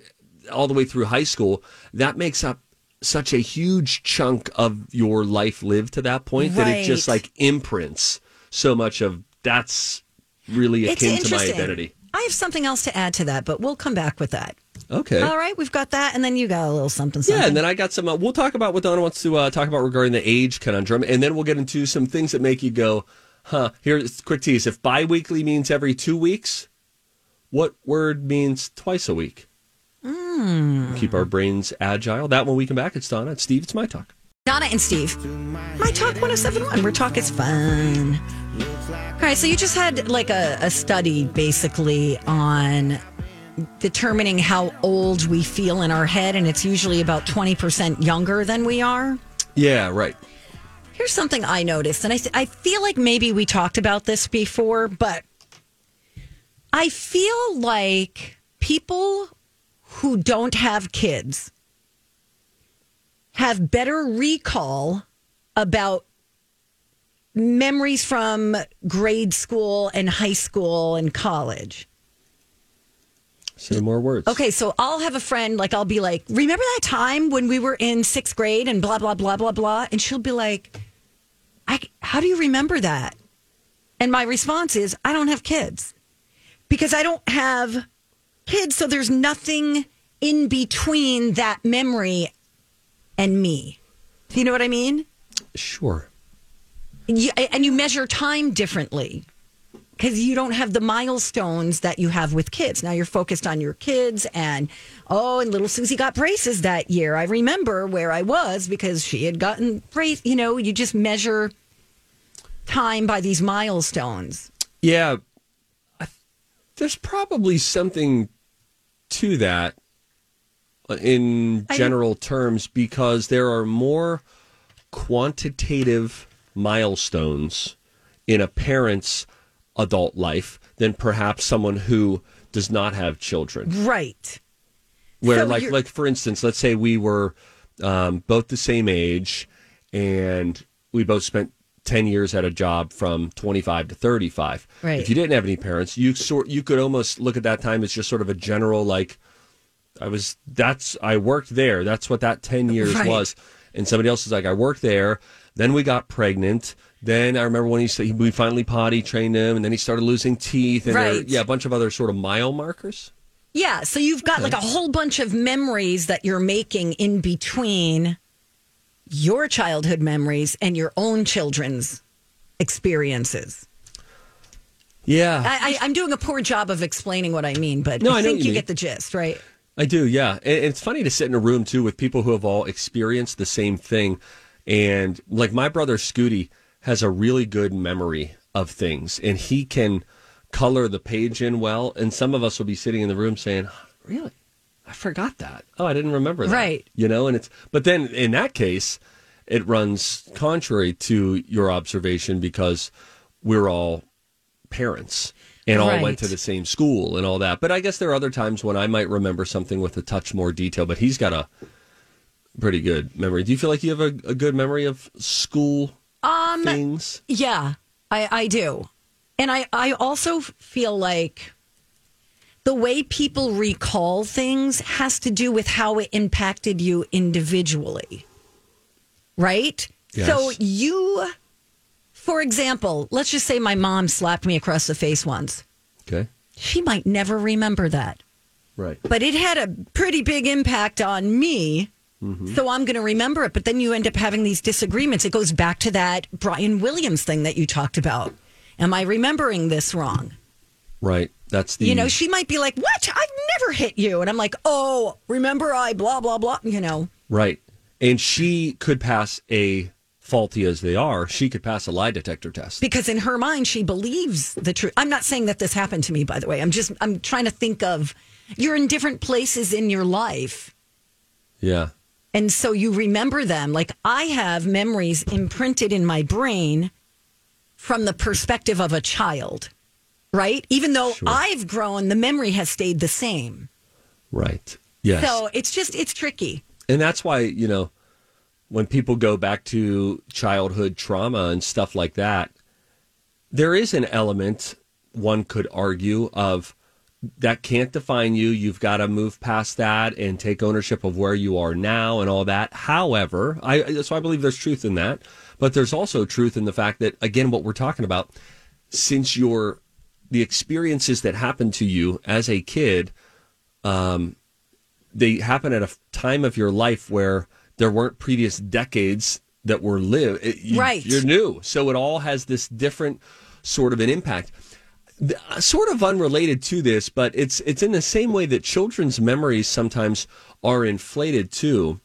[SPEAKER 5] all the way through high school, that makes up such a huge chunk of your life lived to that point that it just
[SPEAKER 1] Right.
[SPEAKER 5] like imprints so much of that's really
[SPEAKER 1] it's
[SPEAKER 5] akin to my
[SPEAKER 1] interesting.
[SPEAKER 5] identity.
[SPEAKER 1] I have something else to add to that, but we'll come back with that.
[SPEAKER 5] Okay.
[SPEAKER 1] All right, we've got that, and then you got a little something. something.
[SPEAKER 5] Yeah, and then I got some. Uh, we'll talk about what Donna wants to uh, talk about regarding the age conundrum, and then we'll get into some things that make you go, "Huh." Here's a quick tease: if biweekly means every two weeks, what word means twice a week?
[SPEAKER 1] Hmm.
[SPEAKER 5] Keep our brains agile. That when we come back, it's Donna, it's Steve, it's my talk.
[SPEAKER 1] oh Donna and Steve. My Talk 1071, where talk is fun. Okay, so you just had like a, a study basically on determining how old we feel in our head, and it's usually about 20% younger than we are.
[SPEAKER 5] Yeah, right.
[SPEAKER 1] Here's something I noticed, and I, th- I feel like maybe we talked about this before, but I feel like people who don't have kids have better recall about memories from grade school and high school and college.
[SPEAKER 5] Say more words.
[SPEAKER 1] Okay, so I'll have a friend, like, I'll be like, remember that time when we were in sixth grade and blah, blah, blah, blah, blah? And she'll be like, I, how do you remember that? And my response is, I don't have kids because I don't have kids. So there's nothing in between that memory and me. Do you know what I mean?
[SPEAKER 5] Sure.
[SPEAKER 1] And you, and you measure time differently because you don't have the milestones that you have with kids. Now you're focused on your kids and oh, and little Susie got braces that year. I remember where I was because she had gotten brace. You know, you just measure time by these milestones.
[SPEAKER 5] Yeah. I- There's probably something to that uh, in
[SPEAKER 1] I-
[SPEAKER 5] general terms because there are more quantitative milestones in a parent's adult life than perhaps someone who does not have children
[SPEAKER 1] Right.
[SPEAKER 5] where
[SPEAKER 1] So
[SPEAKER 5] like
[SPEAKER 1] you're-
[SPEAKER 5] like for instance let's say we were um, both the same age and we both spent 10 years at a job from 25 to 35
[SPEAKER 12] Right.
[SPEAKER 5] if you didn't have any parents you sort you could almost look at that time as just sort of a general like i was that's i worked there that's what
[SPEAKER 1] <laughs>
[SPEAKER 5] that 10 years
[SPEAKER 12] Right.
[SPEAKER 5] was and somebody else is like i worked there then we got pregnant then i remember when he said we finally potty trained him and then he started losing teeth and there-
[SPEAKER 1] Right.
[SPEAKER 5] yeah a bunch of other sort of mile markers
[SPEAKER 1] Yeah. So you've got like a whole bunch of memories that you're making in between your childhood memories and your own children's experiences.
[SPEAKER 5] yeah
[SPEAKER 1] I, I, I'm doing a poor job of explaining what I mean, but
[SPEAKER 5] No,
[SPEAKER 1] I,
[SPEAKER 5] I know
[SPEAKER 1] think you
[SPEAKER 5] what you mean.
[SPEAKER 1] get the gist, right?
[SPEAKER 5] I do, yeah. And and it's funny to sit in a room too with people who have all experienced the same thing. And like my brother Scooty has a really good memory of things and he can color the page in well. And some of us will be sitting in the room saying, Really? I forgot that. Oh, I didn't remember that.
[SPEAKER 1] Right.
[SPEAKER 5] You know, and it's, but then in that case, it runs contrary to your observation because we're all parents and all
[SPEAKER 12] Right.
[SPEAKER 5] went to the same school and all that. But I guess there are other times when I might remember something with a touch more detail, but he's got a pretty good memory. Do you feel like you have a, a good memory of school
[SPEAKER 1] Um,
[SPEAKER 5] things?
[SPEAKER 1] Yeah, I, I do. And I, I also feel like the way people recall things has to do with how it impacted you individually. Right?
[SPEAKER 13] Yes.
[SPEAKER 1] So you, for example, let's just say my mom slapped me across the face once.
[SPEAKER 5] Okay.
[SPEAKER 1] She might never remember that,
[SPEAKER 5] Right.
[SPEAKER 1] but it had a pretty big impact on me. So I'm going to remember it. But then you end up having these disagreements. It goes back to that Brian Williams thing that you talked about. Am I remembering this wrong?
[SPEAKER 5] Right. That's the
[SPEAKER 1] You know, she might be like, What? I've never hit you. And I'm like, Oh, remember I blah, blah, blah. You know,
[SPEAKER 5] Right. And she could pass a faulty as they are, she could pass a lie detector test.
[SPEAKER 1] because in her mind, she believes the truth. I'm not saying that this happened to me, by the way. I'm just, I'm trying to think of you're in different places in your life.
[SPEAKER 5] Yeah.
[SPEAKER 1] And so you remember them. Like I have memories imprinted in my brain from the perspective of a child, right? Even though I've grown, the memory has stayed the same.
[SPEAKER 5] Right. Yes.
[SPEAKER 1] So it's just, it's tricky.
[SPEAKER 5] And that's why, you know, when people go back to childhood trauma and stuff like that, there is an element one could argue of that can't define you. You've got to move past that and take ownership of where you are now and all that. However, I so I believe there's truth in that, but there's also truth in the fact that again what we're talking about since your the experiences that happened to you as a kid um they happen at a f- time of your life where there weren't previous decades that were lived. It- you-
[SPEAKER 12] Right.
[SPEAKER 5] You're new. So it all has this different sort of an impact. The- uh, Sort of unrelated to this, but it's it's in the same way that children's memories sometimes are inflated too,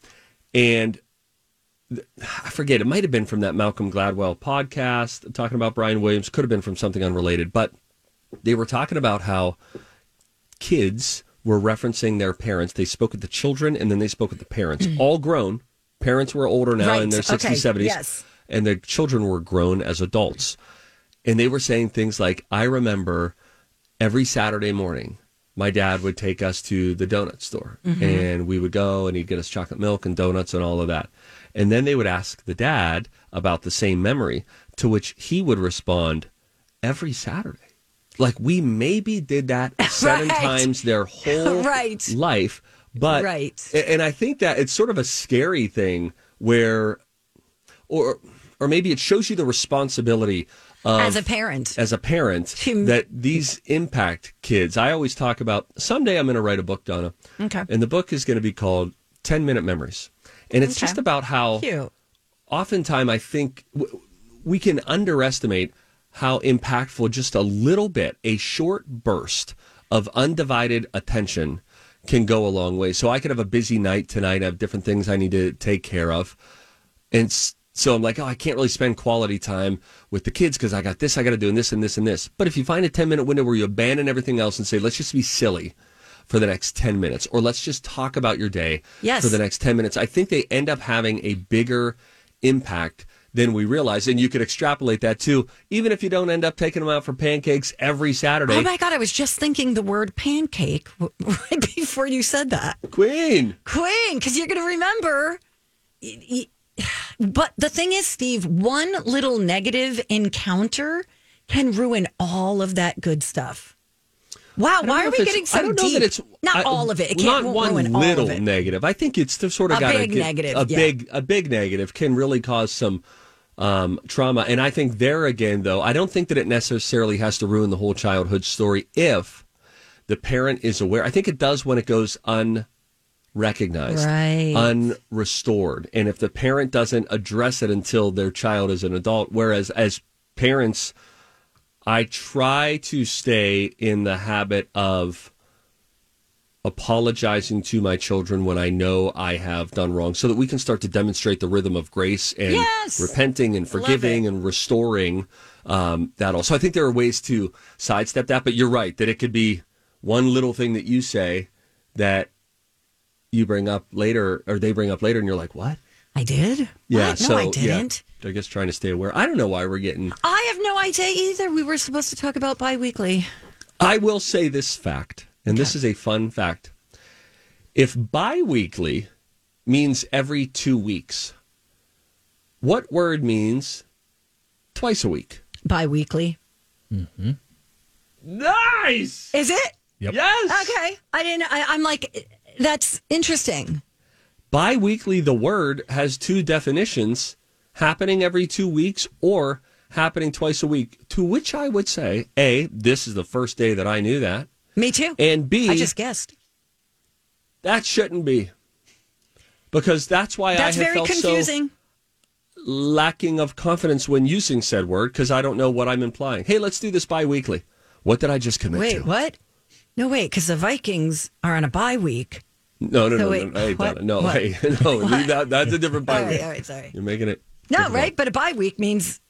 [SPEAKER 5] and I forget, it might have been from that Malcolm Gladwell podcast talking about Brian Williams, could have been from something unrelated, but they were talking about how kids were referencing their parents. They spoke with the children and then they spoke with the parents, all grown. Parents were older now in
[SPEAKER 1] Mm. Right,
[SPEAKER 5] their 60s,
[SPEAKER 1] okay,
[SPEAKER 5] 70s.
[SPEAKER 1] yes.
[SPEAKER 5] And their children were grown as adults. And they were saying things like, I remember every Saturday morning, my dad would take us to the donut store
[SPEAKER 1] Mm-hmm.
[SPEAKER 12] Mhm.
[SPEAKER 5] and we would go and he'd get us chocolate milk and donuts and all of that. And then they would ask the dad about the same memory, to which he would respond, every Saturday. Like we maybe did that
[SPEAKER 1] <laughs>
[SPEAKER 5] seven
[SPEAKER 1] Right.
[SPEAKER 5] times their
[SPEAKER 1] <laughs>
[SPEAKER 5] whole
[SPEAKER 1] Right.
[SPEAKER 5] life. But
[SPEAKER 1] Right.
[SPEAKER 5] a- and I think that it's sort of a scary thing where or or maybe it shows you the responsibility of
[SPEAKER 1] As a parent.
[SPEAKER 5] as
[SPEAKER 1] <laughs>
[SPEAKER 5] a parent that these impact kids. I always talk about someday I'm going to write a book, Donna.
[SPEAKER 1] Okay.
[SPEAKER 5] And the book is going to be called 10 Minute Memories. And it's
[SPEAKER 1] Okay.
[SPEAKER 5] just about how
[SPEAKER 1] Cute.
[SPEAKER 5] oftentimes I think w- we can underestimate how impactful just a little bit, a short burst of undivided attention can go a long way. So I could have a busy night tonight, I have different things I need to take care of. And s- so I'm like, oh, I can't really spend quality time with the kids because I got this, I got to do, and this, and this, and this. But if you find a 10 minute window where you abandon everything else and say, let's just be silly for the next 10 minutes, or let's just talk about your day
[SPEAKER 12] Yes.
[SPEAKER 5] for the next 10 minutes, I think they end up having a bigger impact than we realize. And you could extrapolate that too, even if you don't end up taking them out for pancakes every Saturday.
[SPEAKER 1] Oh my God, I was just thinking the word pancake <laughs> w- right before you said that.
[SPEAKER 5] Queen.
[SPEAKER 1] Queen, because you're going to remember. y- y- <sighs> But the thing is, Steve, one little negative encounter can ruin all of that good stuff. Wow,
[SPEAKER 5] I don't
[SPEAKER 1] why
[SPEAKER 5] know
[SPEAKER 1] are
[SPEAKER 5] if
[SPEAKER 1] we
[SPEAKER 5] it's-
[SPEAKER 1] getting so
[SPEAKER 5] I don't know
[SPEAKER 1] deep?
[SPEAKER 5] that it's
[SPEAKER 1] not
[SPEAKER 5] I-
[SPEAKER 1] all of it. It
[SPEAKER 5] not
[SPEAKER 1] can't won't
[SPEAKER 5] one
[SPEAKER 1] ruin
[SPEAKER 5] little
[SPEAKER 1] all of it.
[SPEAKER 5] negative. I think it's sort of
[SPEAKER 1] A
[SPEAKER 5] got
[SPEAKER 1] big negative,
[SPEAKER 5] A
[SPEAKER 1] yeah.
[SPEAKER 5] big a big negative can really cause some um, trauma. And I think there again, though, I don't think that it necessarily has to ruin the whole childhood story if the parent is aware. I think it does when it goes unrecognized,
[SPEAKER 1] Right.
[SPEAKER 5] unrestored, and if the parent doesn't address it until their child is an adult. Whereas as parents. I try to stay in the habit of apologizing to my children when I know I have done wrong so that we can start to demonstrate the rhythm of grace and
[SPEAKER 12] Yes!
[SPEAKER 5] repenting and forgiving and restoring um, that all. So I think there are ways to sidestep that, but you're right that it could be one little thing that you say that you bring up later or they bring up later and you're like, what?
[SPEAKER 1] I did?
[SPEAKER 5] Yeah.
[SPEAKER 1] What? No,
[SPEAKER 5] So
[SPEAKER 1] I
[SPEAKER 5] yeah,
[SPEAKER 1] didn't.
[SPEAKER 5] they're just trying to stay aware. I don't know why we're getting
[SPEAKER 1] I have no idea either. We were supposed to talk about bi weekly.
[SPEAKER 5] I will say this fact, and this is a fun fact. If bi weekly means every two weeks, what word means twice a week?
[SPEAKER 1] Bi weekly.
[SPEAKER 5] Nice.
[SPEAKER 1] Is it?
[SPEAKER 5] Yep. Yes.
[SPEAKER 1] Okay. I didn't. I, I'm like, that's interesting.
[SPEAKER 5] Bi weekly, the word has two definitions happening every two weeks or happening twice a week, to which I would say A, this is the first day that I knew that.
[SPEAKER 1] Me too.
[SPEAKER 5] And B,
[SPEAKER 1] I just guessed.
[SPEAKER 5] that shouldn't be. Because that's why
[SPEAKER 1] That's
[SPEAKER 5] I have
[SPEAKER 1] very
[SPEAKER 5] felt so
[SPEAKER 1] confusing.
[SPEAKER 5] lacking of confidence when using said word because I don't know what I'm implying. Hey, let's do this bi weekly. What did I just commit
[SPEAKER 1] wait,
[SPEAKER 5] to?
[SPEAKER 1] what? No, wait, because the Vikings are on a bye week.
[SPEAKER 5] No, no,
[SPEAKER 1] So
[SPEAKER 5] no,
[SPEAKER 1] wait,
[SPEAKER 5] no, no, hey,
[SPEAKER 1] what?
[SPEAKER 5] Donna, no,
[SPEAKER 1] What?
[SPEAKER 5] hey, <laughs> no, leave that, that's a different
[SPEAKER 1] All
[SPEAKER 5] bi
[SPEAKER 1] right,
[SPEAKER 5] week.
[SPEAKER 1] all right, Oh, sorry.
[SPEAKER 5] You're making it.
[SPEAKER 1] No, right? But a bye week means.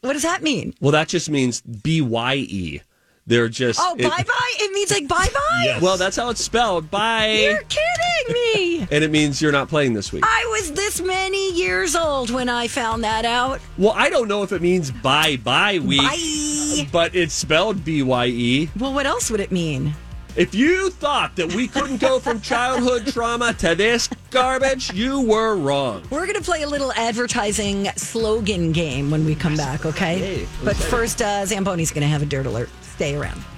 [SPEAKER 1] What does that mean?
[SPEAKER 5] Well, that just means B Y E. They're just.
[SPEAKER 1] Oh,
[SPEAKER 5] it-
[SPEAKER 1] bye bye? It means like bye bye?
[SPEAKER 5] Well, that's how it's spelled. Bye.
[SPEAKER 1] You're kidding me.
[SPEAKER 5] and it means you're not playing this week.
[SPEAKER 1] I was this many years old when I found that out.
[SPEAKER 5] well, I don't know if it means bye bye week,
[SPEAKER 1] Bye.
[SPEAKER 5] but it's spelled B Y E.
[SPEAKER 1] Well, what else would it mean?
[SPEAKER 5] If you thought that we couldn't go from childhood trauma to this garbage, you were wrong.
[SPEAKER 1] We're going to play a little advertising slogan game when we come back, okay?
[SPEAKER 5] Yay, I'm
[SPEAKER 1] but
[SPEAKER 5] excited.
[SPEAKER 1] first, uh, Zamboni's going to have a dirt alert. Stay around.